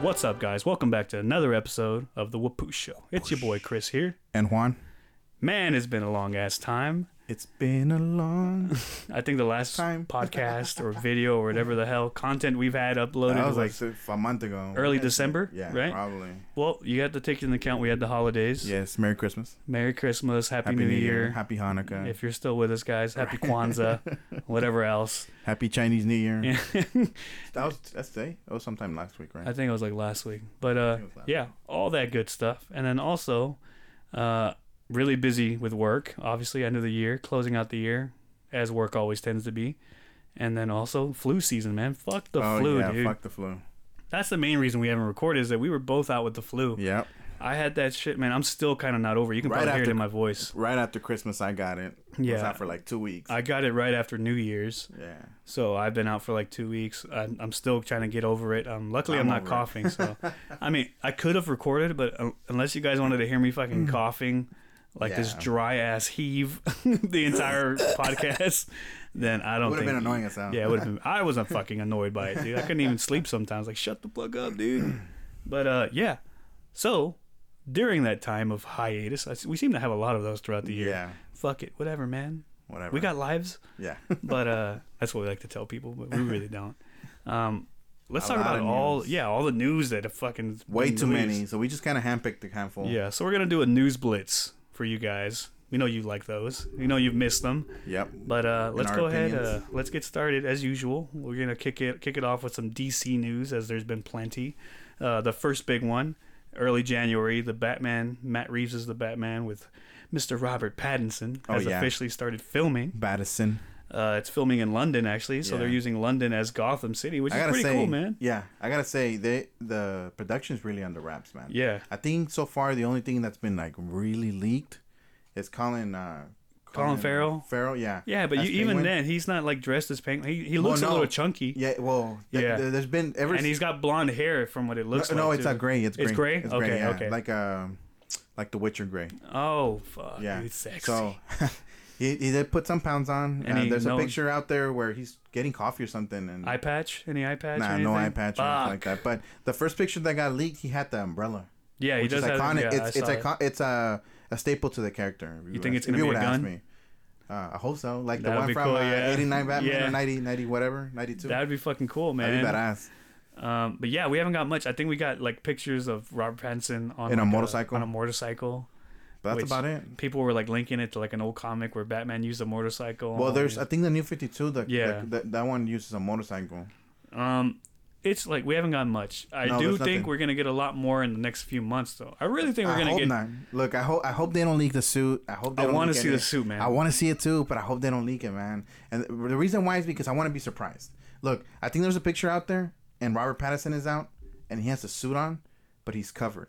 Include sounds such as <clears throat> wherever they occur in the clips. What's up, guys? Welcome back to another episode of the Wapoo Show. It's your boy Chris here. And Juan, Man, it's been a long ass time. it's been a long. I think the last Time. <laughs> podcast or video or whatever the hell content we've had uploaded That was was like six- a month ago. early December. Yeah, right. probably. Well, you have to take into account we had the holidays. Yes. Merry Christmas. Merry Christmas, Happy, New, Year. Happy Hanukkah. If you're still with us, guys, <laughs> Happy Kwanzaa, whatever else. <laughs> Happy Chinese New Year. I think That was that's today. That was sometime last week, right? it was like last week, but uh, it was last yeah, all that good stuff. And then also, uh, really busy with work. Obviously, end of the year, closing out the year, as work always tends to be. And then also flu season, man. Fuck the oh flu, yeah. dude. Fuck the flu. That's the main reason we haven't recorded is that we were both out with the flu. Yep. I had that shit, man. I'm still kind of not over. it. You can Right probably hear it after- in my voice. Right after Christmas, I got it. It Was Yeah. out for like two weeks. I got it right after New Year's, yeah. so I've been out for like two weeks. I'm, I'm still trying to get over it. Um, luckily, I'm, I'm not over it. coughing. <laughs> So, I mean, I could have recorded, but uh, unless you guys wanted to hear me fucking coughing, like this Mm. Yeah. dry ass heave, <laughs> the <laughs> entire podcast, then I don't. Would have think- been annoying as hell. Yeah, it would have been. I was fucking annoyed by it, dude. I couldn't even sleep sometimes. Like, shut the fuck up, dude. But uh, yeah. So during that time of hiatus, I, we seem to have a lot of those throughout the year. Yeah. Fuck it, whatever, man. Whatever. We got lives, <laughs> Yeah. but uh, that's what we like to tell people, but we really <laughs> don't. Um, let's A talk lot about of all news. yeah all the news that have fucking Way been too released. many. So we just kind of handpicked a handful. Yeah, so we're gonna do a news blitz for you guys. We know you like those. We know you've missed them. Yep. But uh, let's our go ahead. Uh, opinions. let's get started as usual. We're gonna kick it kick it off with some DC news, as there's been plenty. Uh, the first big one, early January, the Batman. Matt Reeves is the Batman with Mr. Robert Pattinson Oh, has yeah. officially started filming. Battison. Uh, it's filming in London actually, so Yeah. they're using London as Gotham City, which I is gotta pretty say, cool, man. Yeah, I gotta say they the production's really under wraps, man. Yeah. I think so far the only thing that's been like really leaked is Colin. Uh, Colin Farrell? Farrell, yeah. Yeah, but As you, even Penguin. then, he's not like dressed as Penguin. He, he looks no. a little chunky. Yeah, well, th- Yeah. yeah. there's been ever. and he's got blonde hair from what it no, looks like. no, it's too. not gray. It's gray. It's gray? It's Okay, yeah. okay. Like um, like The Witcher gray. Oh fuck, Yeah. dude, sexy. So. <laughs> He, he did put some pounds on, And and, he there's a knows- picture out there where he's getting coffee or something, and eye patch? Any eye patch? nah, or no eye anything? patch or Fuck. anything like that. But the first picture that got leaked, he had the umbrella. Yeah, he which does is have iconic. Yeah, I it's it's saw it. icon- it's a a staple to the character. If You, think ask- it's gonna if you be a would've gun? asked Me. Uh, I hope so. Like That would the one be from cool, uh, yeah. 89 Batman Yeah. or 90, 90 whatever, 92. That'd be fucking cool, That'd be man. badass. Um, but yeah, we haven't got much. I think we got like pictures of Robert Pattinson on In a like, motorcycle? on a motorcycle. But that's Which- about it. People were like linking it to like an old comic where Batman used a motorcycle. Well, there's I and- think the new 52, the, Yeah. the, the that one uses a motorcycle. um, it's like we haven't got much. I No, do there's think nothing. we're gonna get a lot more in the next few months, though. I really think we're I gonna hope get. not. Look, I hope I hope they don't leak the suit. I hope they I don't wanna leak see the any- suit, man. I want to see it too, but I hope they don't leak it, man. And the reason why is because I want to be surprised. Look, I think there's a picture out there, and Robert Pattinson is out, and he has a suit on, but he's covered.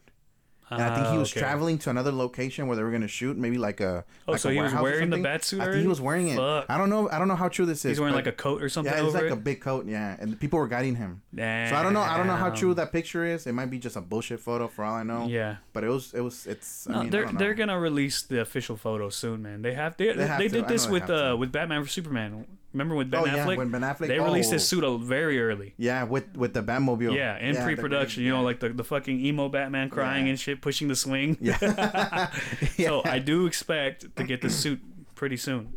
And I think Ah, he was okay. traveling to another location where they were gonna shoot, maybe like a. Oh, like so a he was warehouse or wearing the something. bat suit I think already? he was wearing it. Fuck. I don't know. I don't know how true this is. He's wearing but- like a coat or something Yeah, it's over like it. a big coat. Yeah, and people were guiding him. So I don't know. I don't know how true that picture is. It might be just a bullshit photo for all I know. Yeah. But it was. It was. It's. I No, mean, I they're don't know. they're gonna release the official photo soon, man. They have they they, have to. did I this know they with have uh to. with Batman for Superman. Remember with Ben Oh, yeah, Affleck? when Ben Affleck- They released his oh. suit uh, very early. Yeah, with with the Batmobile. Yeah, in the pre-production, green- you know, like the, the fucking emo Batman crying Yeah. and shit, pushing the swing. <laughs> Yeah. so I do expect to get the suit pretty soon.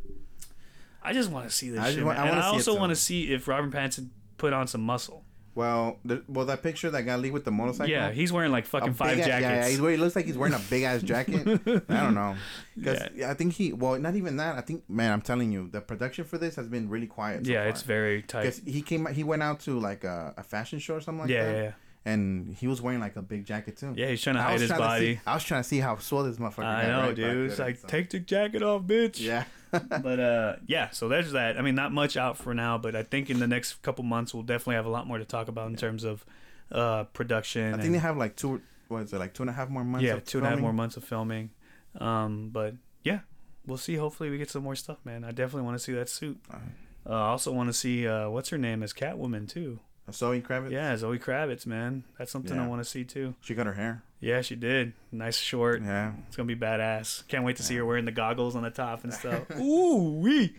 I just want to see this I just shit, want- man. I and I wanna see it also soon. want to see if Robert Pattinson put on some muscle. Well, the, well, that picture that got leaked with the motorcycle. Yeah, he's wearing like a fucking five big ass- jackets. Yeah, yeah, he's wearing, it looks like he's wearing a big ass jacket. I <laughs> don't know. 'Cause I think he. Well, not even that. I think, man, I'm telling you, the production for this has been really quiet. So Yeah, far. it's very tight. Because he came, he went out to like a, a fashion show or something like Yeah, that. yeah, yeah. And he was wearing like a big jacket too. Yeah, he's trying to I hide was his trying to body. see- I was trying to see how swole this motherfucker. I got, know, right? But I dude. It's couldn't, like so. take the jacket off, bitch. Yeah. <laughs> but uh, yeah, so there's that. I mean, not much out for now, but I think in the next couple months we'll definitely have a lot more to talk about in terms of uh, production. I think and- they have like two. What is it? Like two and a half more months. yeah, of two and a half filming? more months of filming. Um, but yeah, we'll see. Hopefully, we get some more stuff, man. I definitely want to see that suit. Uh, I also want to see uh, what's her name as Catwoman too. Zoe Kravitz. Yeah, Zoe Kravitz, man. That's something I Yeah. want to see too. She got her hair. Yeah, she did. Nice short. Yeah. It's gonna be badass. Can't wait to see her wearing the goggles on the top and <laughs> stuff. Ooh wee!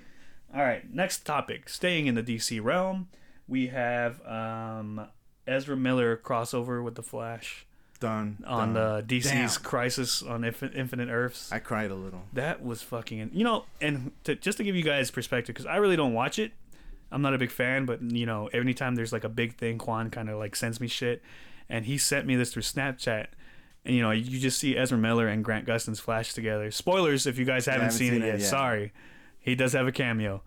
All right, next topic. Staying in the DC realm, we have um, Ezra Miller crossover with the Flash Done. on uh, done. DC's Damn. Crisis on Infin- Infinite Earths. I cried a little. That was fucking, you know, and to, just to give you guys perspective, because I really don't watch it. I'm not a big fan, but you know, anytime there's like a big thing, Quan kind of like sends me shit, and he sent me this through Snapchat, and you know, you just see Ezra Miller and Grant Gustin's flash together. Spoilers if you guys haven't, haven't seen, seen it it yet. yet. Sorry, he does have a cameo.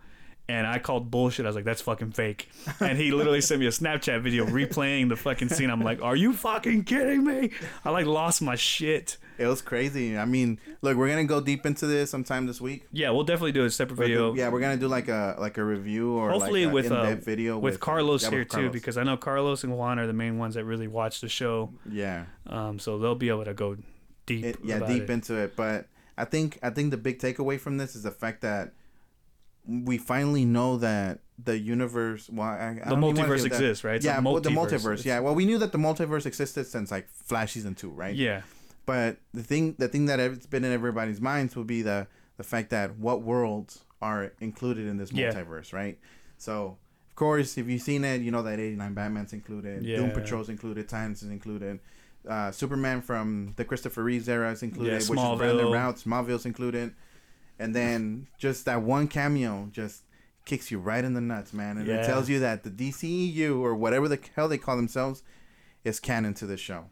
And I called bullshit. I was like, "That's fucking <laughs> fake." And he literally sent me a Snapchat video replaying the fucking scene. I'm like, "Are you fucking kidding me?" I like lost my shit. It was crazy. I mean, look, we're gonna go deep into this sometime this week. Yeah, we'll definitely do a separate But video. yeah, we're gonna do like a like a review or hopefully like a with uh, in-depth video with, Carlos yeah, with here too, Carlos. because I know Carlos and Juan are the main ones that really watch the show. yeah, Um, so they'll be able to go deep. it, yeah, about deep it. into it. But I think I think the big takeaway from this is the fact that we finally know that the universe. Well, I, I the don't even wanna multiverse do that. exists, right? It's a yeah, well, the multiverse. multiverse. Yeah, well, we knew that the multiverse existed since like Flash season two, right? yeah, But the thing, the thing that it's been in everybody's minds will be the the fact that what worlds are included in this Yeah. multiverse, right? So, of course, if you've seen it, you know that eighty nine Batman's included, Doom Yeah. Patrol's included, Titans is included, uh, Superman from the Christopher Reeves era is included, Yeah, which is Brandon Smallville. Routh, Smallville's included, and then just that one cameo just kicks you right in the nuts, man, and Yeah. it tells you that the DCEU or whatever the hell they call themselves is canon to this show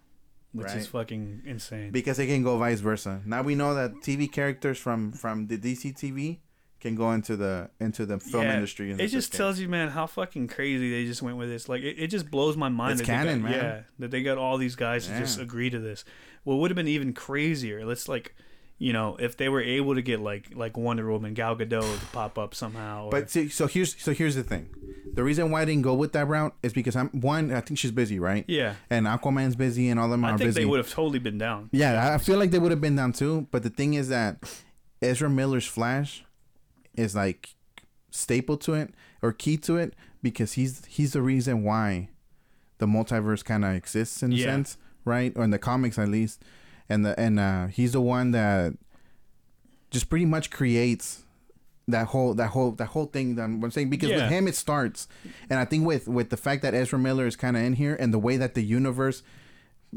which Right. is fucking insane. because it can go vice versa. Now we know that TV characters from from the DC TV can go into the into the film Yeah, industry. in It this just case. tells you, man, how fucking crazy they just went with this. Like, it, it just blows my mind. It's that they canon, got- man. Yeah, that they got all these guys to just Yeah. agree to this. What would have been even crazier? Let's like, you know, if they were able to get like like Wonder Woman, Gal Gadot to pop up somehow. Or, But see, so here's so here's the thing. The reason why I didn't go with that route is because I'm one. I think she's busy, right? yeah, And Aquaman's busy, and all them I are think busy. they would have totally been down. yeah, I feel like they would have been down too. But the thing is that Ezra Miller's Flash is like staple to it or key to it because he's he's the reason why the multiverse kind of exists in a Yeah. sense, right? Or in the comics at least, and the and uh, he's the one that just pretty much creates that whole that whole that whole thing that I'm saying because Yeah. with him it starts, and I think with with the fact that Ezra Miller is kind of in here and the way that the universe.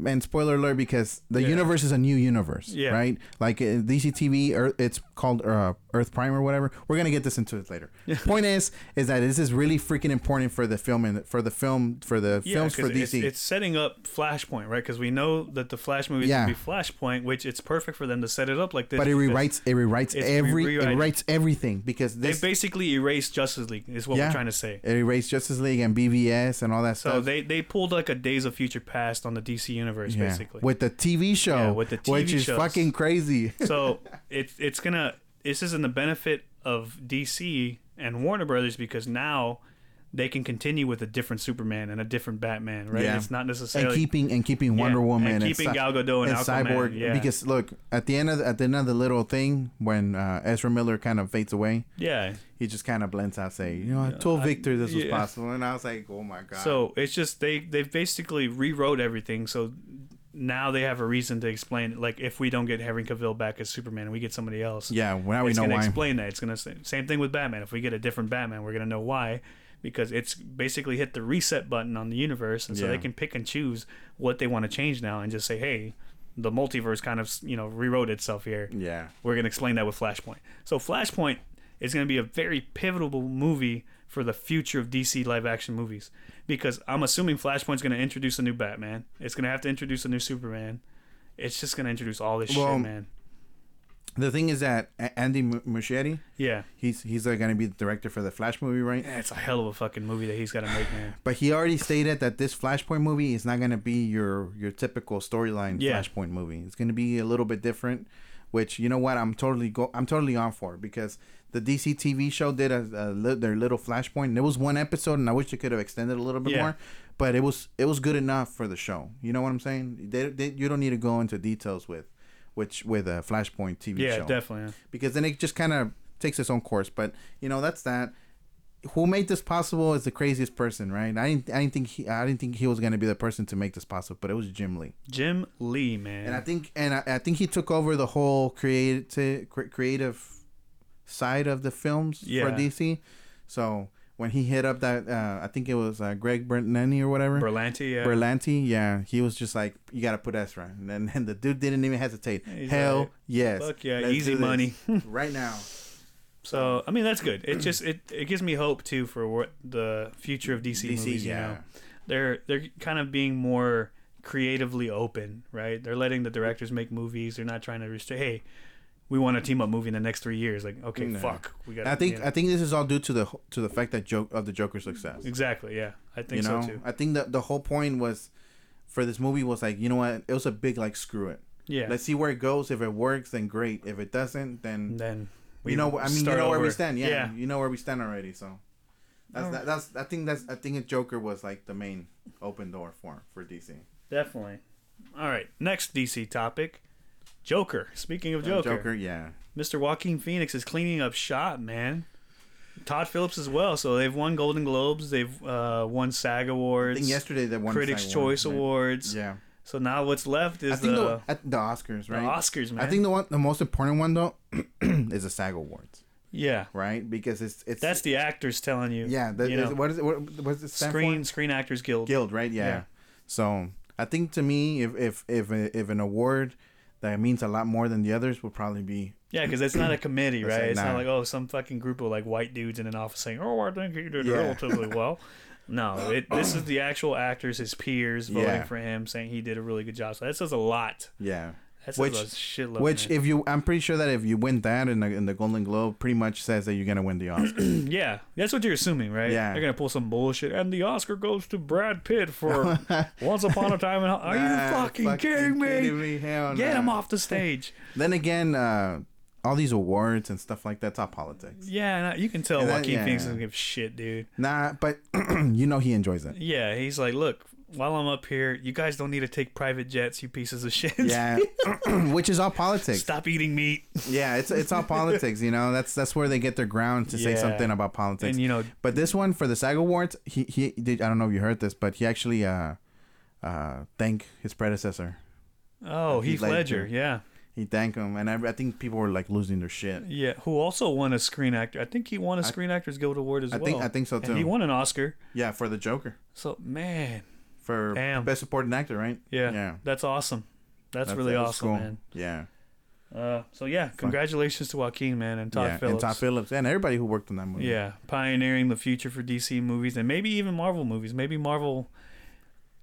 And spoiler alert, because the Yeah. universe is a new universe, Yeah. right? Like uh, DCTV, Earth, it's called uh, Earth Prime or whatever. We're gonna get this into it later. Point is, is that this is really freaking important for the film and for the film for the films for 'cause DC. It's, it's setting up Flashpoint, right? Because we know that the Flash movie Yeah. is going to be Flashpoint, which it's perfect for them to set it up like this. but it because rewrites, it rewrites it's every, re- it rewrite- rewrites everything because They this basically erased Justice League, is what Yeah. we're trying to say. it erased Justice League and BVS and all that So stuff. they, they pulled like a Days of Future Past on the DC universe, Yeah. basically. <laughs> with the TV show, Yeah, with the TV which is shows. fucking crazy. so it's it's gonna this is in the benefit of DC and Warner Brothers because now they can continue with a different Superman and a different Batman, right? Yeah. It's not and necessarily keeping and keeping Wonder and Woman keeping Cy- Gal Gadot and Aquaman, Cyborg yeah. because look at the end of the, at the end of the little thing when uh, Ezra Miller kind of fades away yeah. he just kind of blends out say you know I told Victor this was yeah. possible and I was like oh my god So it's just they they basically rewrote everything. So now they have a reason to explain. Like if we don't get Henry Cavill back as Superman, and we get somebody else. yeah well, now we it's know gonna why explain that. It's gonna say, same thing with Batman. If we get a different Batman, we're gonna know why, because it's basically hit the reset button on the universe, and so Yeah. they can pick and choose what they want to change now, and just say, hey, the multiverse kind of you know rewrote itself here. yeah We're going to explain that with Flashpoint. So Flashpoint is going to be a very pivotal movie for the future of DC live action movies because I'm assuming Flashpoint's going to introduce a new Batman. It's going to have to introduce a new Superman. It's just going to introduce all this Well- shit, man. the thing is that A- Andy M- Muschietti Yeah. he's he's like gonna be the director for the Flash movie right Yeah, It's a hell of a fucking movie that he's got to make, <sighs> man. but he already stated that this Flashpoint movie is not gonna be your your typical storyline Yeah. Flashpoint movie it's gonna be a little bit different which you know what I'm totally go I'm totally on for because the DC TV show did a, a li- their little Flashpoint and it was one episode and I wish they could have extended a little bit Yeah. more but it was it was good enough for the show you know what I'm saying they, they, you don't need to go into details with which with a Flashpoint TV Yeah, show definitely. man. because then it just kind of takes its own course. But you know, that's that. Who made this possible is the craziest person, right? I didn't, I didn't think he, I didn't think he was gonna be the person to make this possible, but it was Jim Lee, Jim Lee, man. and I think, and I, I think he took over the whole creative, creative side of the films Yeah. for DC. So when he hit up that uh, I think it was uh, Greg Berlanti or whatever. Berlanti, yeah. Berlanti, yeah, he was just like, "You gotta put Ezra," and then <laughs> and the dude didn't even hesitate. He's Hell like, yes, "Fuck yeah, Let's easy do this money." <laughs> <laughs> right now. So I mean that's good. It just it, it gives me hope too for what the future of DC, DC, movies. You yeah. know, they're they're kind of being more creatively open, right? They're letting the directors make movies. They're not trying to restrict. Hey, we want a team up movie in the next three years. Like okay, No. fuck, we got. I think I think this is all due to the to the fact that joke of the Joker's success. exactly. Yeah, I think you know, so too. I think that the whole point was for this movie was like, you know what? It was a big like screw it. Yeah. Let's see where it goes. If it works, then great. If it doesn't, then and then you know. I mean, you Mm, start know where we over. stand. Yeah, yeah. Oh. you know where we stand already. So that's Alright. that, that's. I think that's. I think that Joker was like the main open door for for DC. Definitely. All right. Next DC topic Joker. Speaking of Joker, Uh, Joker, yeah. Mr. Joaquin Phoenix is cleaning up shop, man. Todd Phillips as well. So they've won Golden Globes. They've uh, won SAG I Awards, think yesterday that one Critics' side won, Choice right? Awards. Yeah, So now what's left I is think the, the, at the Oscars, the right? Oscars, man. I think the one, the most important one though, <clears throat> is the SAG Awards, yeah. right? Because it's it's That's the actors telling you. yeah. That, you know, is, what is it? What was it? stand for? Screen Screen Actors Guild. Guild, right? Yeah. Yeah. So I think to me, if if if if an award that means a lot more than the others would probably be Yeah, because it's not a <clears throat> committee, It's right? like, It's not nah. like oh, some fucking group of like white dudes in an office saying, "Oh, I think he did Yeah. relatively <laughs> well." No, it, this is the actual actors, his peers voting Yeah. for him, saying he did a really good job. So that says a lot. yeah. That says Which- a shitload. Which man. if you, I'm pretty sure that if you win that in the in the Golden Globe, pretty much says that you're gonna win the Oscar. yeah, that's what you're assuming, right? Yeah. they're gonna pull some bullshit, and the Oscar goes to Brad Pitt <laughs> for Once Upon a Time. In Ho- <clears throat> Are you Nah, fucking, kidding me? Hell Get nah. him off the <laughs> stage. Then again, uh, all these awards and stuff like that's all politics. yeah, nah, you can tell And that- Joaquin yeah. Phoenix doesn't give a shit, dude. Nah, but <clears throat> you know he enjoys it. Yeah, he's like, look, while I'm up here, you guys don't need to take private jets, you pieces of shit. <laughs> Yeah, <laughs> which is all politics. Stop eating meat. Yeah, it's it's all politics. You know, that's that's where they get their ground to say Yeah. something about politics. And you know, But this one for the SAG Awards, he he did. I don't know if you heard this, but he actually uh uh thanked his predecessor. oh, Heath Heath Ledger, Ledger. yeah, He thanked him, and I, I think people were like losing their shit. yeah, who also won a Screen Actor. I think he won a Screen Actors Guild Award as I well. think I think so And he too. won an Oscar. Yeah, for the Joker, So man, for Damn. best supporting actor, right? yeah, yeah. that's awesome. That's, really that was awesome, cool. man. Yeah, Uh, so yeah, congratulations to Joaquin, man, and Todd yeah, Phillips. and Todd Phillips, and everybody who worked on that movie. Yeah, pioneering the future for DC movies and maybe even Marvel movies. Maybe Marvel,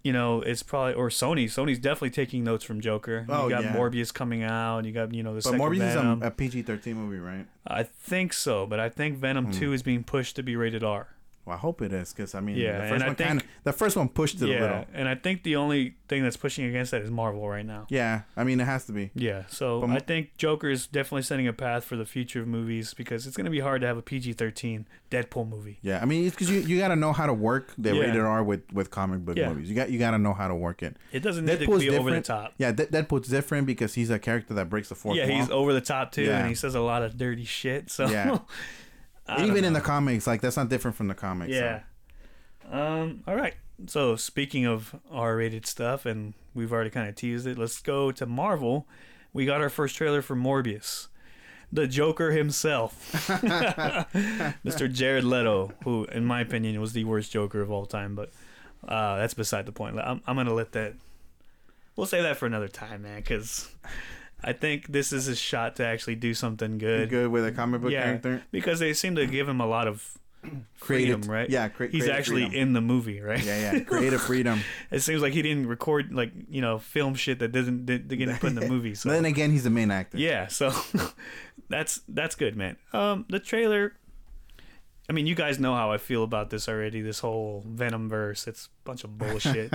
you know, it's probably or Sony. Sony's definitely taking notes from Joker. Oh, you got yeah. Morbius coming out. You got you know the But second Morbius is Venom. a, a PG thirteen movie, right? I think so, but I think Venom Hmm. Two is being pushed to be rated R. Well, I hope it is because I mean, Yeah, the and first I one think- kind of the first one pushed it a yeah, little. and I think the only thing that's pushing against that is Marvel right now. Yeah, I mean, it has to be. Yeah, so But- I think Joker is definitely setting a path for the future of movies because it's going to be hard to have a PG-13 Deadpool movie. Yeah, I mean, it's because you, you got to know how to work the Yeah. rated R with, with comic book Yeah. movies. You got you got to know how to work it. It doesn't need to Deadpool's be over the different. top. Yeah, De- Deadpool's different because he's a character that breaks the fourth yeah, wall. he's over the top too, Yeah. and he says a lot of dirty shit. So Yeah. <laughs> I don't even in know. the comics, like that's not different from the comics. so. yeah. Um. All right. So speaking of R-rated stuff, and we've already kind of teased it. Let's go to Marvel. We got our first trailer for Morbius, the Joker <laughs> himself, <laughs> Mr. Jared Leto, who, in my opinion, was the worst Joker of all time. But uh, that's beside the point. I'm, I'm gonna let that. We'll save that for another time, man, because I think this is his shot to actually do something Good. good. with a comic book Yeah. character. Because they seem to give him a lot <clears throat> of Creative, freedom, right? Yeah, cre- He's creative actually freedom. in the movie, right? Yeah, yeah, creative freedom. <laughs> It seems like he didn't record like you know film shit that doesn't didn't get put in <laughs> the movie. So Then again, he's the main actor. yeah, so <laughs> that's that's good, man. Um, the trailer. I mean, you guys know how I feel about this already. This whole Venom verse, it's a bunch of <laughs> bullshit.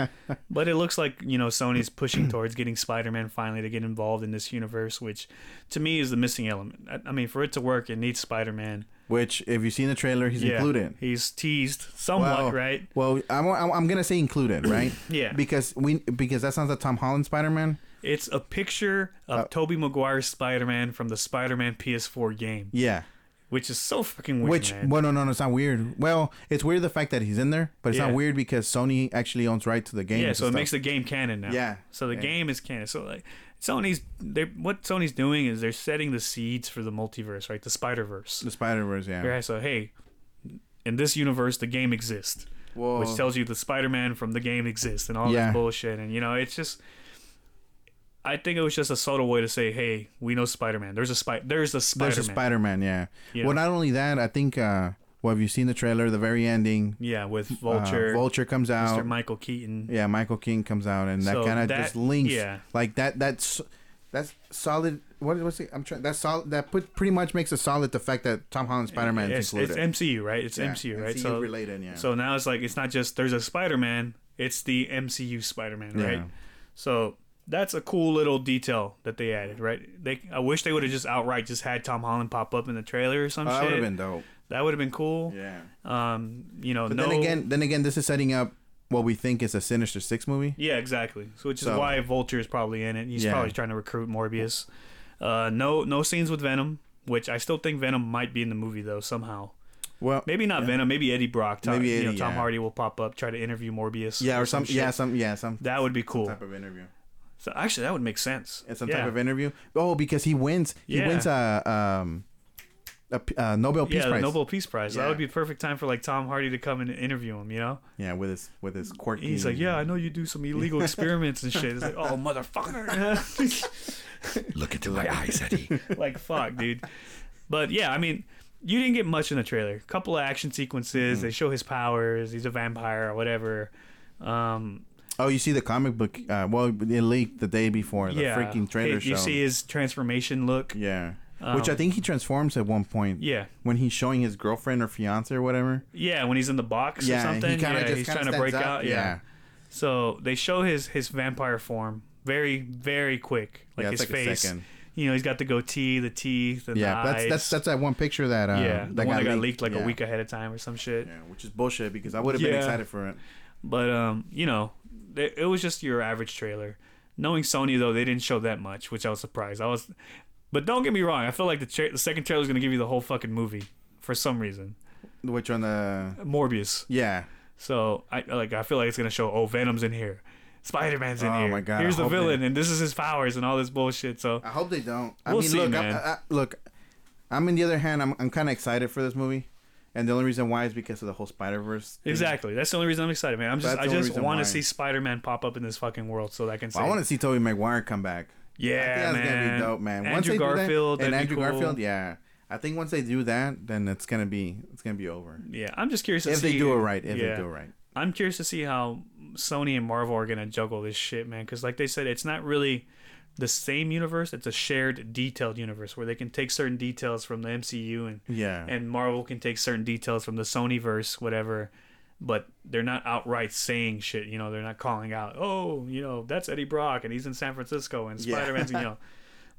but it looks like you know Sony's pushing towards getting Spider-Man finally to get involved in this universe, which to me is the missing element. I, I mean, for it to work, it needs Spider-Man. Which, if you've seen the trailer, he's Yeah, included. He's teased somewhat, Well, right? Well, I'm, I'm, I'm gonna say included, right? <clears throat> Yeah. Because we because that sounds like Tom Holland Spider Man. It's a picture of uh, Toby Maguire's Spider-Man from the Spider-Man PS4 game, Yeah. which is so fucking weird. Which man. well, no, no, no, it's not weird. Well, it's weird the fact that he's in there, but it's Yeah. not weird because Sony actually owns right to the game. Yeah, so it makes the game canon now. Yeah. So the Yeah. game is canon. So like Sony's they what Sony's doing is they're setting the seeds for the multiverse, right? The Spider Verse. the Spider Verse. Yeah, Right. So hey, in this universe the game exists, Whoa. which tells you the Spider-Man from the game exists and all Yeah. this bullshit. And you know, it's just. I think it was just a subtle way to say, "Hey, we know Spider-Man. There's a spider. There's a Spider-Man. There's a Spider Man, yeah. Yeah. Well, not only that, I think. uh Well, have you seen the trailer? The very ending. yeah, with uh, Vulture, Vulture comes out. Mr. Michael Keaton. Yeah, Michael King comes out, and that So kind of that- just links. yeah. Like that. That's that's solid. What was it? I'm trying. That's solid. That put pretty much makes it solid the fact that Tom Holland Spider Man it's, is included. it's MCU, right? It's Yeah, MCU, right? MCU so related, yeah. So now it's like it's not just there's a Spider-Man. It's the MCU Spider-Man, Yeah. right? So that's a cool little detail that they added, right? They I wish they would have just outright just had Tom Holland pop up in the trailer or some that would shit. have been dope. that would have been cool. Yeah. Um, you know, But no. then again, then again, this is setting up what we think is a Sinister Six movie. yeah, exactly. So which is So- why Vulture is probably in it. He's Yeah. probably trying to recruit Morbius. Uh, no, no scenes with Venom, which I still think Venom might be in the movie though somehow. Well, Maybe not Venom. Maybe Eddie Brock. Tom, Maybe you know, Eddie, Tom yeah. Hardy will pop up, try to interview Morbius. yeah, or some, shit. yeah, some, yeah, some that would be cool. type of interview. So actually, that would make sense. and some yeah. type of interview. Oh, because he wins. He Yeah. wins a um a, p- a Nobel Peace yeah, the Prize. Nobel Peace Prize. Yeah. That would be perfect time for like Tom Hardy to come and interview him. You know, Yeah, with his with his quirky. he's like, "Yeah, I know you do some illegal <laughs> experiments and shit." It's like, "Oh, motherfucker!" Look into my eyes, Eddie. <laughs> like, fuck, dude. But yeah, I mean, you didn't get much in the trailer. couple of action sequences. Mm-hmm. They show his powers. He's a vampire or whatever. Um, Oh, you see the comic book? Uh, well, it leaked the day before the yeah, freaking trailer Hey, You show. see his transformation look. yeah, which I think he transforms at one point. Yeah. when he's showing his girlfriend or fiance or whatever. Yeah, when he's in the box or Yeah, something. he kind yeah, of just he's kinda trying to stands break up. out. yeah. So they show his his vampire form very very quick, like Yeah, it's his like a face. second. You know, he's got the goatee, the teeth, and yeah. the That's eyes. that's that's that one picture that uh, yeah, that the one that got leaked like Yeah. a week ahead of time or some shit. Yeah, which is bullshit because I would have been Yeah. excited for it. But um, you know, it, it was just your average trailer. Knowing Sony though, they didn't show that much, which I was surprised. I was, but don't get me wrong, I feel like the tra- the second trailer is gonna give you the whole fucking movie for some reason. Which on the Morbius. yeah. So I like I feel like it's gonna show oh Venom's in here, Spider Man's in Oh here. my God, I Here's the hope they- villain, and this is his powers and all this bullshit. So I hope they don't. I We'll mean, see, look, man. I, I, look. I'm in the other hand. I'm I'm kind of excited for this movie, and the only reason why is because of the whole Spider Verse. exactly, that's the only reason I'm excited, man. I'm just That's the I only just reason want why. to see Spider Man pop up in this fucking world so that I can. Say, I want to see Tobey Maguire come back. Yeah, I think that's gonna man. be dope, man. Once Andrew they do that- Garfield and that'd be Andrew cool. Garfield, yeah. I think once they do that, then it's gonna be it's gonna be over. Yeah, I'm just curious to If see they do it right, if yeah. they do it right, I'm curious to see how Sony and Marvel are gonna juggle this shit, man. Because like they said, it's not really the same universe. It's a shared, detailed universe where they can take certain details from the MCU and yeah. and Marvel can take certain details from the Sony verse, whatever. But they're not outright saying shit. You know, they're not calling out, oh, you know, that's Eddie Brock and he's in San Francisco and Yeah. Spider Man's, you <laughs> know.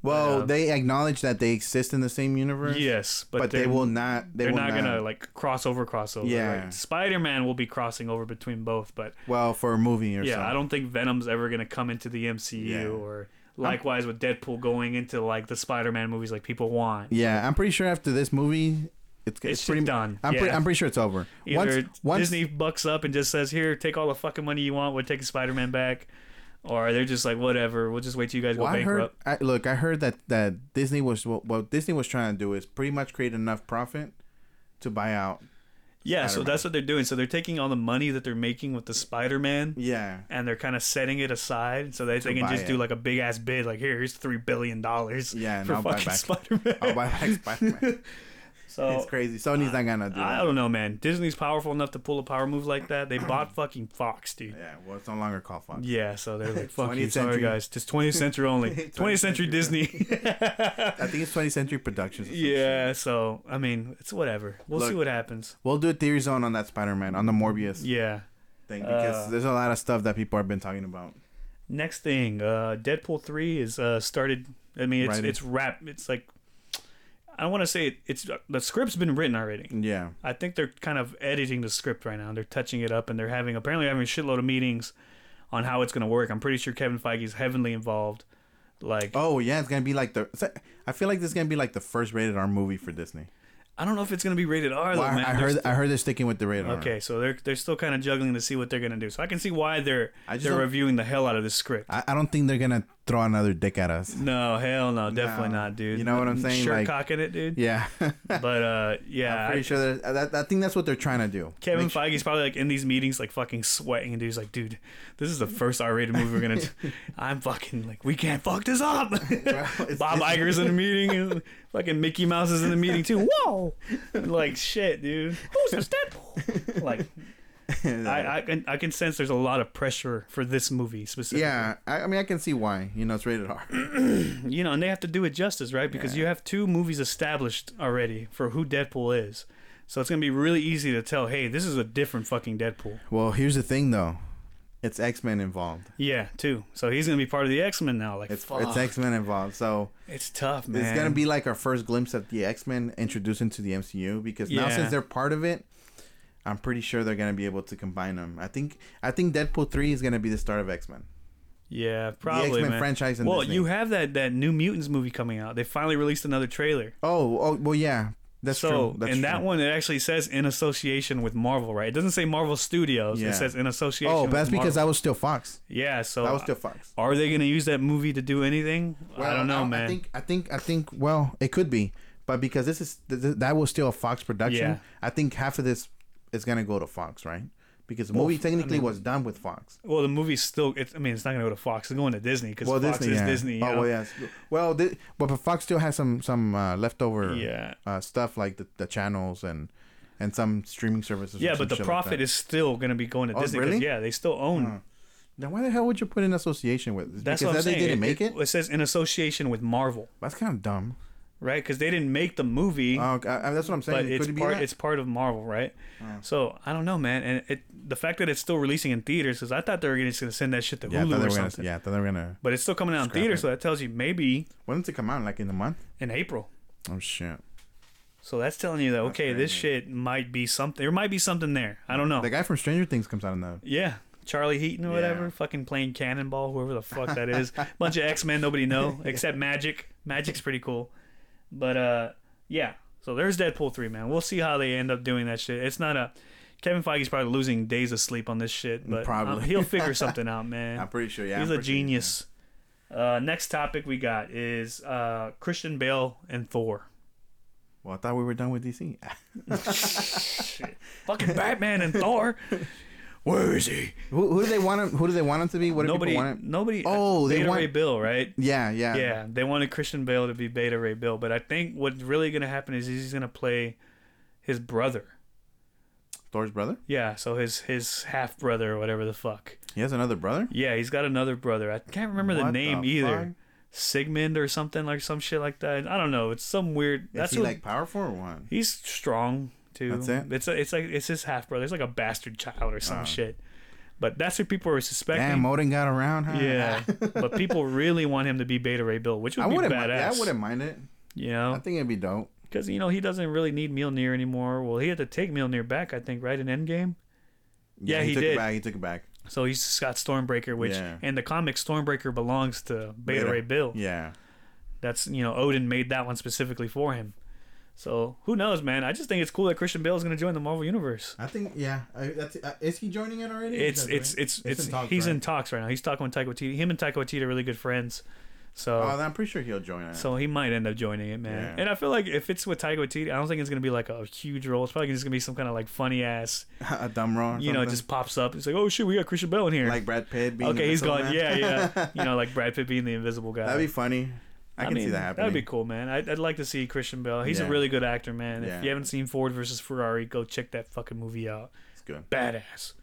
well, uh, they acknowledge that they exist in the same universe. yes, but, but, they they're- will not. They They're will not not, gonna like cross over, crossover. Yeah. Right? Spider Man will be crossing over between both, but Well, for a movie or yeah, something. I don't think Venom's ever gonna come into the MCU Yeah. or likewise with Deadpool going into like the Spider Man movies like people want. Yeah, I'm pretty sure after this movie, it's, it's, It's pretty done, I'm, pretty, yeah. I'm pretty sure it's over. Either Disney bucks up and just says, "Here, take all the fucking money you want. We're taking Spider-Man back," or they're just like, "Whatever. We'll just wait till you guys Well, go I heard. bankrupt." I, look, I heard that that Disney was what, what Disney was trying to do is pretty much create enough profit to buy out. yeah, so Spider-Man. that's what they're doing. So they're taking all the money that they're making with the Spider-Man, Yeah. and they're kind of setting it aside so that they can buy just do it. like a big ass bid, like, "Here, here's three billion dollars." Yeah, <laughs> and for I'll buy fucking back- Spider-Man. <laughs> I'll buy <laughs> back Spider-Man. so it's crazy. Sony's not gonna do I that. don't know, man. Disney's powerful enough to pull a power move like that. They <clears throat> bought fucking Fox, dude. Yeah. Well, it's no longer called Fox. Yeah, so they're like, fuck 20th you, sorry century. guys, just 20th century <laughs> only, 20th, 20th century century, Disney. I think it's 20th Century Productions. or some shit. Yeah, so I mean, it's whatever. We'll see Look- what happens. We'll do a theory zone on that Spider-Man on the Morbius Yeah. thing because Uh, there's a lot of stuff that people have been talking about. Next thing, uh, Deadpool three is uh, started. I mean, it's Writing. it's wrap. It's like I don't want to say it, it's uh, the script's been written already. Yeah. I think they're kind of editing the script right now. They're touching it up and they're having apparently having a shitload of meetings on how it's going to work. I'm pretty sure Kevin Feige's heavily involved. Like Oh yeah, it's gonna be like the. it's like- I feel like this is gonna be like the first rated R movie for Disney. I don't know if it's going to be rated R. Well, though, I, man. I There's- heard. I heard they're sticking with the rated R. Okay, so they're they're still kind of juggling to see what they're going to do. So I can see why they're I just they're don't- reviewing the hell out of this script. I, I don't think they're gonna throw another dick at us. No, hell no, definitely No. not, dude. You know what I'm saying? Sure, Like- cocking it, dude. Yeah, <laughs> <laughs> But uh, yeah, I'm pretty I- sure that, that I think that's what they're trying to do. Kevin Make sure- Feige's probably like in these meetings, like fucking sweating, and dude's like, dude, this is the first R-rated movie we're gonna. <laughs> do. I'm fucking like, we can't fuck this up. <laughs> <laughs> Bob Iger's in the meeting, and fucking Mickey Mouse is in the meeting too. Whoa, like shit, dude. Who's the step? <laughs> Like, I, I can I can sense there's a lot of pressure for this movie specifically. yeah, I, I mean, I can see why. You know, it's rated R. you know, and they have to do it justice, right? Because you have two movies established already for who Deadpool is. So it's gonna be really easy to tell. Hey, this is a different fucking Deadpool. Well, here's the thing though, it's X Men involved. Yeah, too. So he's gonna be part of the X Men now. Like It's it's fuck, it's it's, X Men involved. So tough, man. it's gonna be like our first glimpse of the X Men introduced into the MCU because now Yeah. since they're part of it, I'm pretty sure they're gonna be able to combine them. I think I think Deadpool three is gonna be the start of X Men. yeah, probably X-Men man. franchise in Well, Disney. you have that that New Mutants movie coming out. They finally released another trailer. Oh, oh, well, yeah, that's so true. That's in that true. one, it actually says in association with Marvel, right? It doesn't say Marvel Studios. Yeah. It says in association. Oh, with but that's because Marvel. I was still Fox. yeah. So I was still Fox. are they gonna use that movie to do anything? I don't know, man. I think I think I think well, it could be, but because this is th- th- that was still a Fox production. Yeah. I think half of this is gonna go to Fox, right? Because the movie technically was done with Fox. Well, the movie's still. It's, I mean, it's not gonna go to Fox. It's going to Disney because Well, Fox Disney, is yeah. Disney. You oh, know? well, yes. Well, thi- but, but Fox still has some some uh, leftover Yeah. uh, stuff like the, the channels and and some streaming services. or Yeah, some but the shit like profit that. is still gonna be going to Oh, Disney. 'cause, really? Yeah, they still own. Then why the hell would you put in association with? That's because what I'm that saying. they didn't make it. It says in association with Marvel, That's kind of dumb. right? Because they didn't make the movie, Oh, I, I- that's what I'm Mm. saying. but it's could it be part. that? Oh. It's part of Marvel, right? So I don't know, man. And it the fact that it's still releasing in theaters because I thought they were just going to send that shit to yeah, I thought Hulu they or were gonna. something. Yeah, I thought they were gonna. But it's still coming out in Scrap theaters, it. so that tells you maybe When did it come out? Like in a month? in April. Oh shit! So that's telling you that okay, this crazy. shit might be something. There might be something there. I don't know. The guy from Stranger Things comes out in the. Yeah. Charlie Heaton or whatever, Yeah. fucking playing Cannonball, whoever the fuck that <laughs> is. Bunch of X Men nobody know except Magic. Magic's pretty cool, but uh, yeah. So there's Deadpool three, man. We'll see how they end up doing that shit. It's not a Kevin Feige's probably losing days of sleep on this shit, but um, Probably. he'll <laughs> figure something out, man. I'm pretty sure. Yeah, He's a I'm pretty sure he genius. Uh, next topic we got is uh, Christian Bale and Thor. can. Well, I thought we were done with DC. Fucking Batman and <laughs> Thor. Where is he? <laughs> who, who do they want him? Who do they want him to be? What do Nobody, people want him? nobody. Oh, they Beta want- Ray Bill, right? Yeah, yeah, Yeah, they wanted Christian Bale to be Beta Ray Bill, but I think what's really gonna happen is he's gonna play his brother. Thor's brother. Yeah, so his his half brother or whatever the fuck. He has another brother. Yeah, he's got another brother. I can't remember the What name the either. fuck? Sigmund or something like some shit like that. I don't know. It's some weird. Is That's he what, like powerful or what? he's strong too. That's it? Uh. It's a, it's like it's his half brother. It's like a bastard child or some shit. But that's what people were suspecting. Damn, Odin got around. Huh? <laughs> yeah, but people really want him to be Beta Ray Bill, which would I be wouldn't. Mind, yeah, badass. I wouldn't mind it. you know, I think it'd be dope. Because you know he doesn't really need Mjolnir anymore. Well, he had to take Mjolnir back, I think, right in Endgame. Yeah, he took did. it back. He took it back. So he's just got Stormbreaker, which Yeah. in the comic Stormbreaker belongs to Beta, Ray Bill. Yeah. That's you know Odin made that one specifically for him. So who knows, man? I just think it's cool that Christian Bale is going to join the Marvel Universe. I think yeah. I, that's, uh, is he joining it already? It's That's it's right. it's it's, in talks, he's right? in talks right now. He's talking with Taika Waititi. Him and Taika Waititi are really good friends. So Oh, then I'm pretty sure he'll join it. So he might end up joining it, man. Yeah. And I feel like if it's with Taika Waititi, I don't think it's gonna be like a huge role. It's probably just gonna be some kind of like funny ass, <laughs> a dumb wrong. you know, it just pops up. It's like, oh shit, we got Christian Bale in here. like Brad Pitt. Being okay, he's Invisible gone. Man. Yeah, yeah. You know, like Brad Pitt being the Invisible Guy. <laughs> That'd be funny. I, can mean, see that happening. That'd be cool, man. I'd, I'd like to see Christian Bale. He's a Yeah. really good actor, man. Yeah. If you haven't seen Ford versus Ferrari, go check that fucking movie out. It's good. Badass.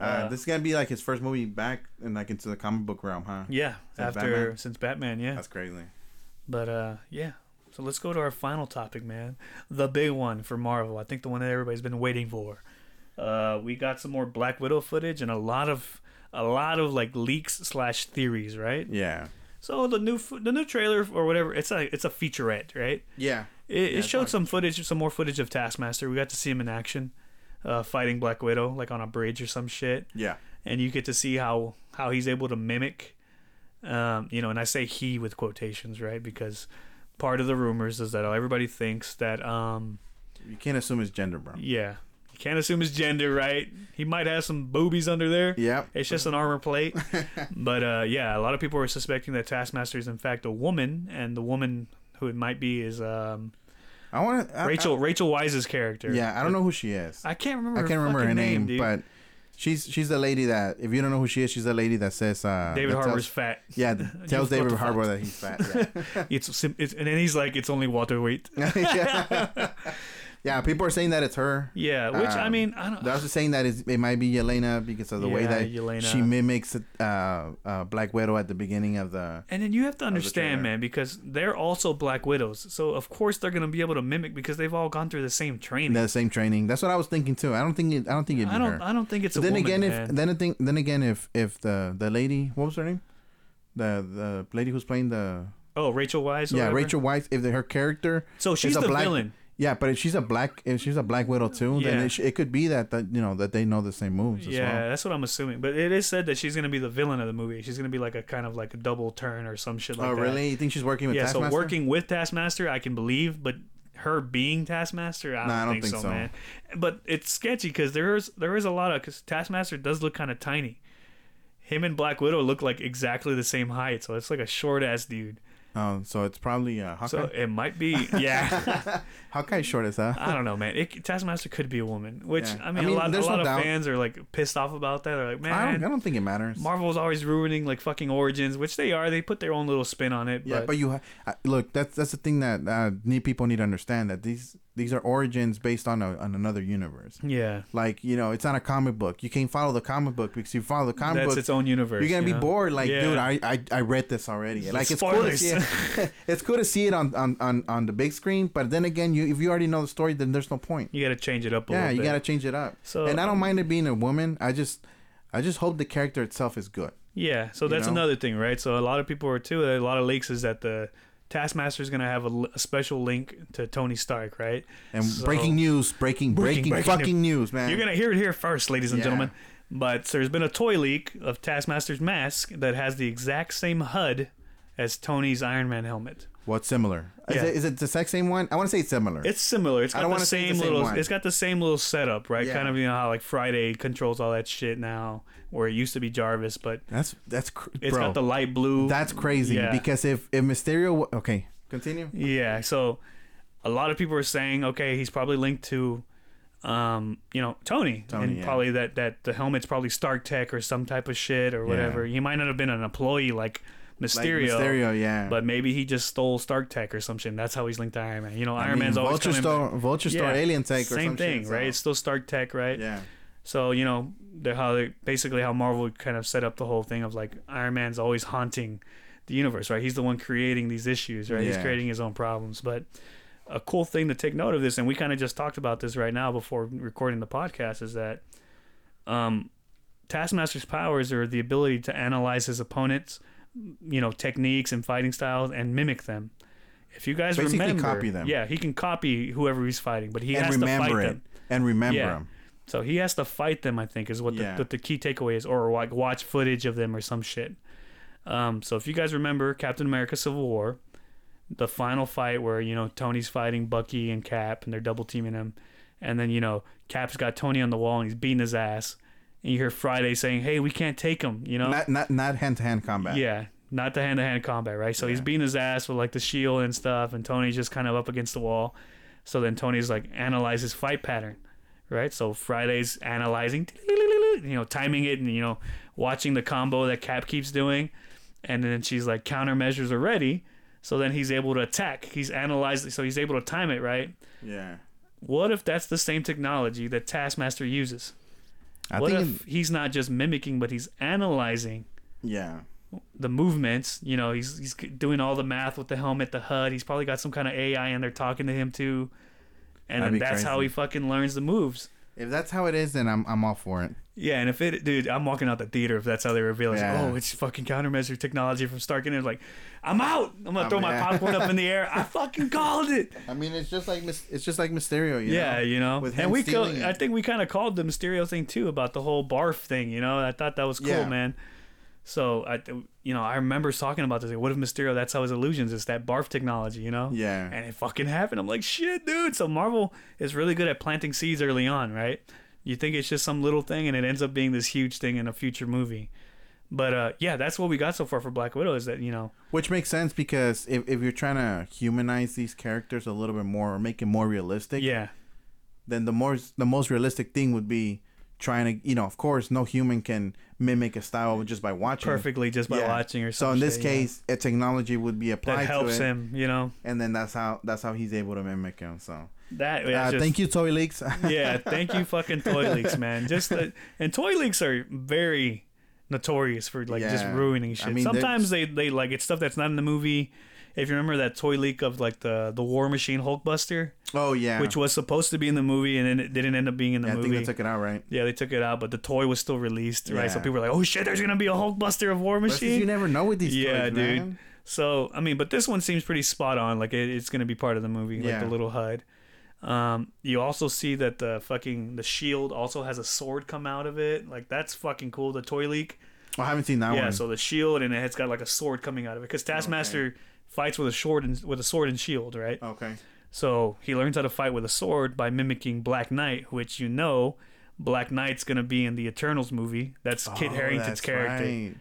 Uh, this is gonna be like his first movie back and like into the comic book realm, huh? Yeah, Since after Batman? since Batman, yeah. That's crazy. But uh, yeah. So let's go to our final topic, man. The big one for Marvel. I think the one that everybody's been waiting for. Uh, we got some more Black Widow footage and a lot of a lot of like leaks slash theories, right? Yeah. So the new fo- the new trailer or whatever. It's a it's a featurette, right? Yeah. It, it it's showed not- some footage, some more footage of Taskmaster. We got to see him in action, uh, fighting Black Widow like on a bridge or some shit Yeah. and you get to see how how he's able to mimic um, you know and i say he with quotations right because part of the rumors is that everybody thinks that um You can't assume his gender, bro. yeah You can't assume his gender, right? He might have some boobies under there. Yep. It's just an armor plate. <laughs> but uh, yeah, a lot of people are suspecting that Taskmaster is in fact a woman, and the woman who it might be is um, I want to Rachel Rachel Wise's character. yeah, I don't know who she is. I, I can't remember. can't remember her fucking name, dude. but she's she's the lady that if you don't know who she is, she's the lady that says uh, David that Harbour's tells, fat. <laughs> <laughs> yeah that Just tells what David the Harbour that he's fat. <laughs> It's, sim- it's and then he's like, it's only water weight. Yeah. yeah. <laughs> <laughs> people are saying that it's her. Yeah, which I Um, mean, I don't. They're also saying that it's, it might be Yelena because of the way Yeah, that Yelena. she mimics uh, uh, Black Widow at the beginning of the. And then you have to understand, man, trailer. because they're also Black Widows. So, of course, they're going to be able to mimic because they've all gone through the same training. The same training. That's what I was thinking too. I don't think it, I don't think it'd be I don't her. I don't think it's a then woman, again, if man. then I think then again if if the the lady what was her name, the the lady who's playing the Oh, Rachel Wise. or yeah whatever? Rachel Weisz if the, her character So is she's a the black, villain. Yeah, but if she's a black if she's a black widow too, Yeah. then it, sh- it could be that that you know that they know the same moves as Yeah, well. that's what I'm assuming. But it is said that she's going to be the villain of the movie. She's going to be like a kind of like a double turn or some shit like oh that. really? You think she's working with Yeah. So Taskmaster? working with Taskmaster, I can believe, but her being Taskmaster, I don't, Nah, I don't think, think so, so. man. But it's sketchy because there is there is a lot of because Taskmaster does look kind of tiny. Him and Black Widow look like exactly the same height, so it's like a short ass dude. Oh, so it's probably uh, Hawkeye. So it might be, yeah. <laughs> Hawkeye's short as hell. I don't know, man. It, Taskmaster could be a woman, which Yeah. I, mean, I mean, a lot, a there's lot no of doubt. fans are like pissed off about that. They're like, man, I don't, I don't think it matters. Marvel's always ruining like fucking origins, which they are. They put their own little spin on it. yeah, but, but, you ha- I- look. That's that's the thing that uh, need people need to understand that these these are origins based on a, on another universe. yeah, Like you know, it's not a comic book. You can't follow the comic book because you follow the comic that's book, its own universe. you're gonna you be know? bored. Like, Yeah. dude, I, I I read this already. Like, it's cool to Spoilers. see it. <laughs> it's cool to see it on, on on on the big screen. But then again, you if you already know the story, then there's no point. You got to change it up a yeah, little you bit. gotta change it up. So- and I don't mind it being a woman. I just I just hope the character itself is good. Yeah, so that's know? another thing, right? So a lot of people are too. A lot of leaks is that the Taskmaster is gonna have a, l- a special link to Tony Stark, right? And So- breaking news, breaking breaking, breaking fucking news, man. You're gonna hear it here first, ladies and Yeah. gentlemen. But there's been a toy leak of Taskmaster's mask that has the exact same HUD as Tony's Iron Man helmet. What's similar? Is, Yeah. it, is it the exact same one? I want to say it's similar. It's similar. It's I got don't the wanna say same, it's the same little. one. It's got the same little setup, right? Yeah. Kind of you know how like Friday controls all that shit now, where it used to be Jarvis, but that's that's cr- it's bro. got the light blue. that's crazy Yeah. because if if Mysterio wa- okay continue Yeah, so a lot of people are saying, okay, he's probably linked to, um, you know, Tony, Tony, and yeah. probably that that the helmet's probably Stark Tech or some type of shit or whatever. He might not have been an employee like like Mysterio, Mysterio yeah but maybe he just stole Stark Tech or some shit. and that's how he's linked to Iron Man. You know, I Iron mean, Man's always Vulture coming. Star, Vulture Star, Yeah, Alien Tech, or same some thing, shit, so- right? It's still Stark Tech, right? Yeah, So you know the, how they basically how Marvel kind of set up the whole thing of like Iron Man's always haunting the universe, right? He's the one creating these issues, right? He's Yeah. creating his own problems. But a cool thing to take note of this, and we kind of just talked about this right now before recording the podcast, is that um, Taskmaster's powers are the ability to analyze his opponents, you know, techniques and fighting styles, and mimic them. If you guys Basically remember, copy them. yeah, he can copy whoever he's fighting, but he and has to fight remember it, them. and remember Yeah. 'em. So he has to fight them, I think, is what the, Yeah. what the key takeaway is, or like watch footage of them or some shit. Um, so if you guys remember Captain America: Civil War, the final fight where you know Tony's fighting Bucky and Cap, and they're double teaming him, and then you know Cap's got Tony on the wall and he's beating his ass, and you hear Friday saying, "Hey, we can't take him," you know? Not not not hand to hand combat. yeah. Not the hand to hand combat, right? So he's beating his ass with like the shield and stuff, and Tony's just kind of up against the wall. So then Tony's like analyzes fight pattern, right? So Friday's analyzing, <laughs> you know, timing it and, you know, watching the combo that Cap keeps doing. And then she's like, countermeasures are ready. So then he's able to attack. He's analyzing, so he's able to time it, right? yeah. What if that's the same technology that Taskmaster uses? I what think if he's not just mimicking, but he's analyzing yeah. the movements. You know, he's he's doing all the math with the helmet, the HUD. He's probably got some kind of AI in there talking to him too, and That'd then be that's how he crazy. fucking learns the moves. If that's how it is, then I'm I'm all for it. Yeah, and if it, dude, I'm walking out the theater if that's how they reveal it. It's like, Yeah. Oh, it's fucking countermeasure technology from Stark, and it's like, I'm out. I'm gonna throw my yeah. popcorn up in <laughs> the air. I fucking called it. I mean, it's just like Mys- it's just like Mysterio. You yeah, know? you know, with him and we, co- stealing it. I think we kind of called the Mysterio thing too about the whole barf thing. You know, I thought that was cool, Yeah. man. So I, you know, I remember talking about this. Like, what if Mysterio? That's how his illusions. It's that barf technology, you know. Yeah. And it fucking happened. I'm like, shit, dude. So Marvel is really good at planting seeds early on, right? You think it's just some little thing, and it ends up being this huge thing in a future movie. But uh, yeah, that's what we got so far for Black Widow. Is that you know, Which makes sense because if, if you're trying to humanize these characters a little bit more or make it more realistic, yeah, then the more the most realistic thing would be trying to you know of course no human can mimic a style just by watching perfectly just by Yeah. watching or so some in this shit, yeah. case a technology would be applied that helps to it, him, you know. and then that's how that's how he's able to mimic him so That uh, yeah, just, thank you toy <laughs> leaks yeah, thank you, fucking <laughs> toy leaks, man. Just uh, and toy leaks are very notorious for like just Yeah. ruining I shit. mean, they're- Sometimes they they like it's stuff that's not in the movie. If you remember that toy leak of like the the War Machine Hulkbuster, oh yeah which was supposed to be in the movie and then it didn't end up being in the yeah, i movie. think they took it out right yeah, they took it out, but the toy was still released, right? So Yeah. people were like, "Oh shit, there's gonna be a Hulkbuster of War Versus you Machine." never know with these Yeah, toys, dude. man. So I mean, but this one seems pretty spot on. Like it, it's gonna be part of the movie, like Yeah. the little HUD. Um, you also see that the fucking the shield also has a sword come out of it. Like that's fucking cool. The toy leak. Oh, i haven't seen that yeah. one Oh, So the shield and it's got like a sword coming out of it because Taskmaster fights with a sword and with a sword and shield, right? okay So he learns how to fight with a sword by mimicking Black Knight, which you know. Black Knight's gonna be in the Eternals movie. That's Kit Oh, Harrington's that's character. right.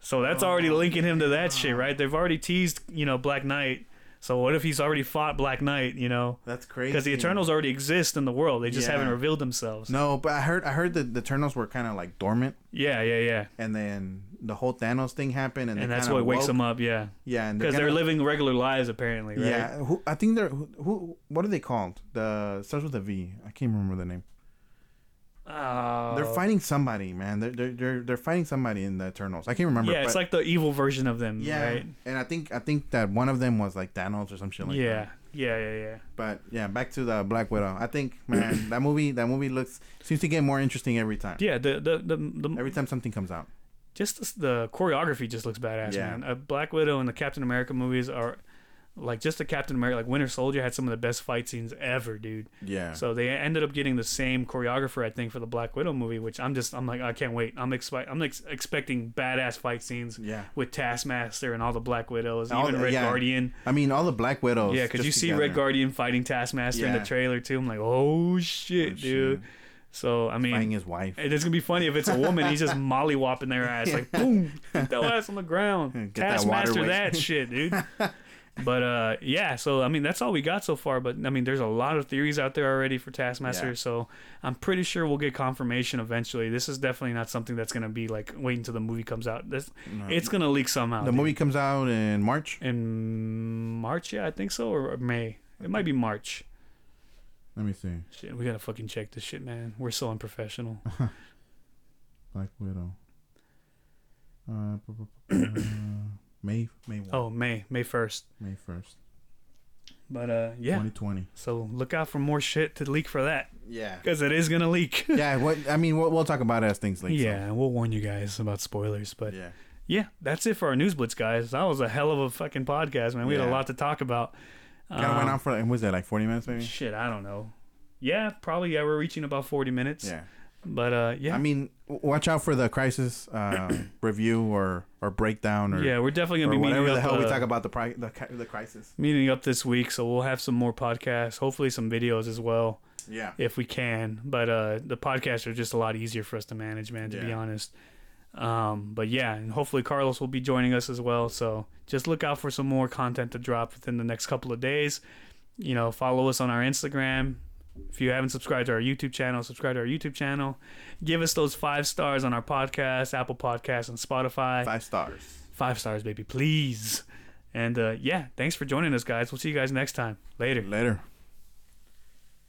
So that's Oh, already linking him to that shit, right? They've already teased, you know, Black Knight. So what if he's already fought Black Knight, you know? that's crazy Because the Eternals already exist in the world. They just Yeah. haven't revealed themselves. no but i heard i heard that the eternals were kind of like dormant Yeah, yeah, yeah. and then the whole thanos thing happened and, And that's what wakes them up, yeah. yeah and Because kinda- they're living regular lives, apparently, right? Yeah, who, I think they're who, who. What are they called? The starts with a V. I can't remember the name. Oh. They're fighting somebody, man. They're they're they're, they're fighting somebody in the Eternals. I can't remember. Yeah, it's but- like the evil version of them, yeah. right? And I think I think that one of them was like Thanos or some shit like yeah. that. yeah, yeah, yeah. But yeah, back to the Black Widow. I think <clears throat> man, that movie that movie looks seems to get more interesting every time. Yeah, the the the, the Every time something comes out. just the choreography just looks badass, Yeah. man. Uh, Black Widow and the Captain America movies are like just the Captain America, like Winter Soldier had some of the best fight scenes ever, dude. Yeah. So they ended up getting the same choreographer, I think, for the Black Widow movie, which I'm just I'm like I can't wait. I'm expect I'm ex- expecting badass fight scenes Yeah. with Taskmaster and all the Black Widows, All even the- Red yeah. Guardian. I mean, all the Black Widows. Yeah, because just you see together. Red Guardian fighting Taskmaster in the Yeah. trailer too. I'm like, oh shit, dude. So I mean, buying his wife. and it's gonna be funny if it's a woman. He's <laughs> just mollywopping their ass like boom, get that ass on the ground. Get that water Taskmaster waste. that shit, <laughs> dude. but uh, yeah, so I mean that's all we got so far. But I mean there's a lot of theories out there already for Taskmaster, Yeah. so I'm pretty sure we'll get confirmation eventually. This is definitely not something that's gonna be like wait until the movie comes out. This it's gonna leak somehow. The dude. movie comes out in March. in March, yeah, I think so, or or May. It might be March. Let me see. Shit, we gotta fucking check this shit, man. We're so <laughs> unprofessional. Black Widow. Uh, <clears throat> bu- bu- bu- bu- May May one, Oh, May, May first. May first, But uh, yeah. twenty twenty. So look out for more shit to leak for that Yeah. because it is gonna leak. <laughs> Yeah. What I mean, we'll, we'll talk about it as things like yeah, and we'll warn you guys about spoilers, but yeah. Yeah. that's it for our news blitz, guys. That was a hell of a fucking podcast, man. We had a Yeah. lot to talk about. Kind of went Um, on for like, was it like forty minutes maybe? Shit, I don't know. Yeah, probably. Yeah, we're reaching about forty minutes. Yeah. but uh, yeah, I mean, w- watch out for the <clears throat> crisis uh, review or or breakdown or yeah, we're definitely or gonna be meeting whatever the up, hell we uh, talk about the pri- the, ca- the crisis. meeting up this week. So we'll have some more podcasts, hopefully some videos as well. Yeah. if we can. But uh, the podcasts are just a lot easier for us to manage, man. To be Yeah. honest. Um, but yeah, and hopefully Carlos will be joining us as well. So just look out for some more content to drop within the next couple of days. You know, follow us on our Instagram. If you haven't subscribed to our YouTube channel, subscribe to our YouTube channel. Give us those five stars on our podcast, Apple Podcasts, and Spotify. Five, Five stars. stars, baby, please. And uh, yeah, thanks for joining us, guys. We'll see you guys next time. Later. Later.